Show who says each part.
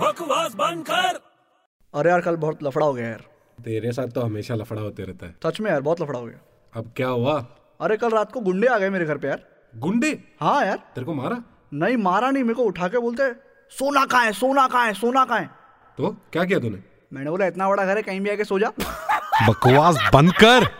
Speaker 1: बकवास बंद कर
Speaker 2: अरे यार कल बहुत लफड़ा हो गया यार
Speaker 3: तेरे साथ तो हमेशा लफड़ा होते रहता है
Speaker 2: सच में यार बहुत लफड़ा हो गया
Speaker 3: अब क्या हुआ
Speaker 2: अरे कल रात को गुंडे आ गए मेरे घर पे यार
Speaker 3: गुंडे
Speaker 2: हाँ यार
Speaker 3: तेरे को मारा
Speaker 2: नहीं मारा नहीं मेरे को उठा के बोलते हैं, सोना कहाँ है सोना कहाँ है सोना कहाँ है
Speaker 3: तो क्या किया तूने
Speaker 2: मैंने बोला इतना बड़ा घर है कहीं भी आके सो जा
Speaker 4: बकवास बंद कर